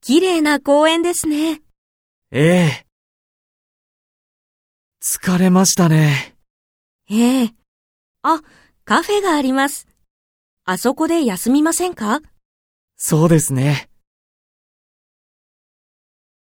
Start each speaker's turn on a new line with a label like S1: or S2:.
S1: 綺麗な公園ですね。
S2: ええ。疲れましたね。
S1: ええ。あ、カフェがあります。あそこで休みませんか
S2: そうですね。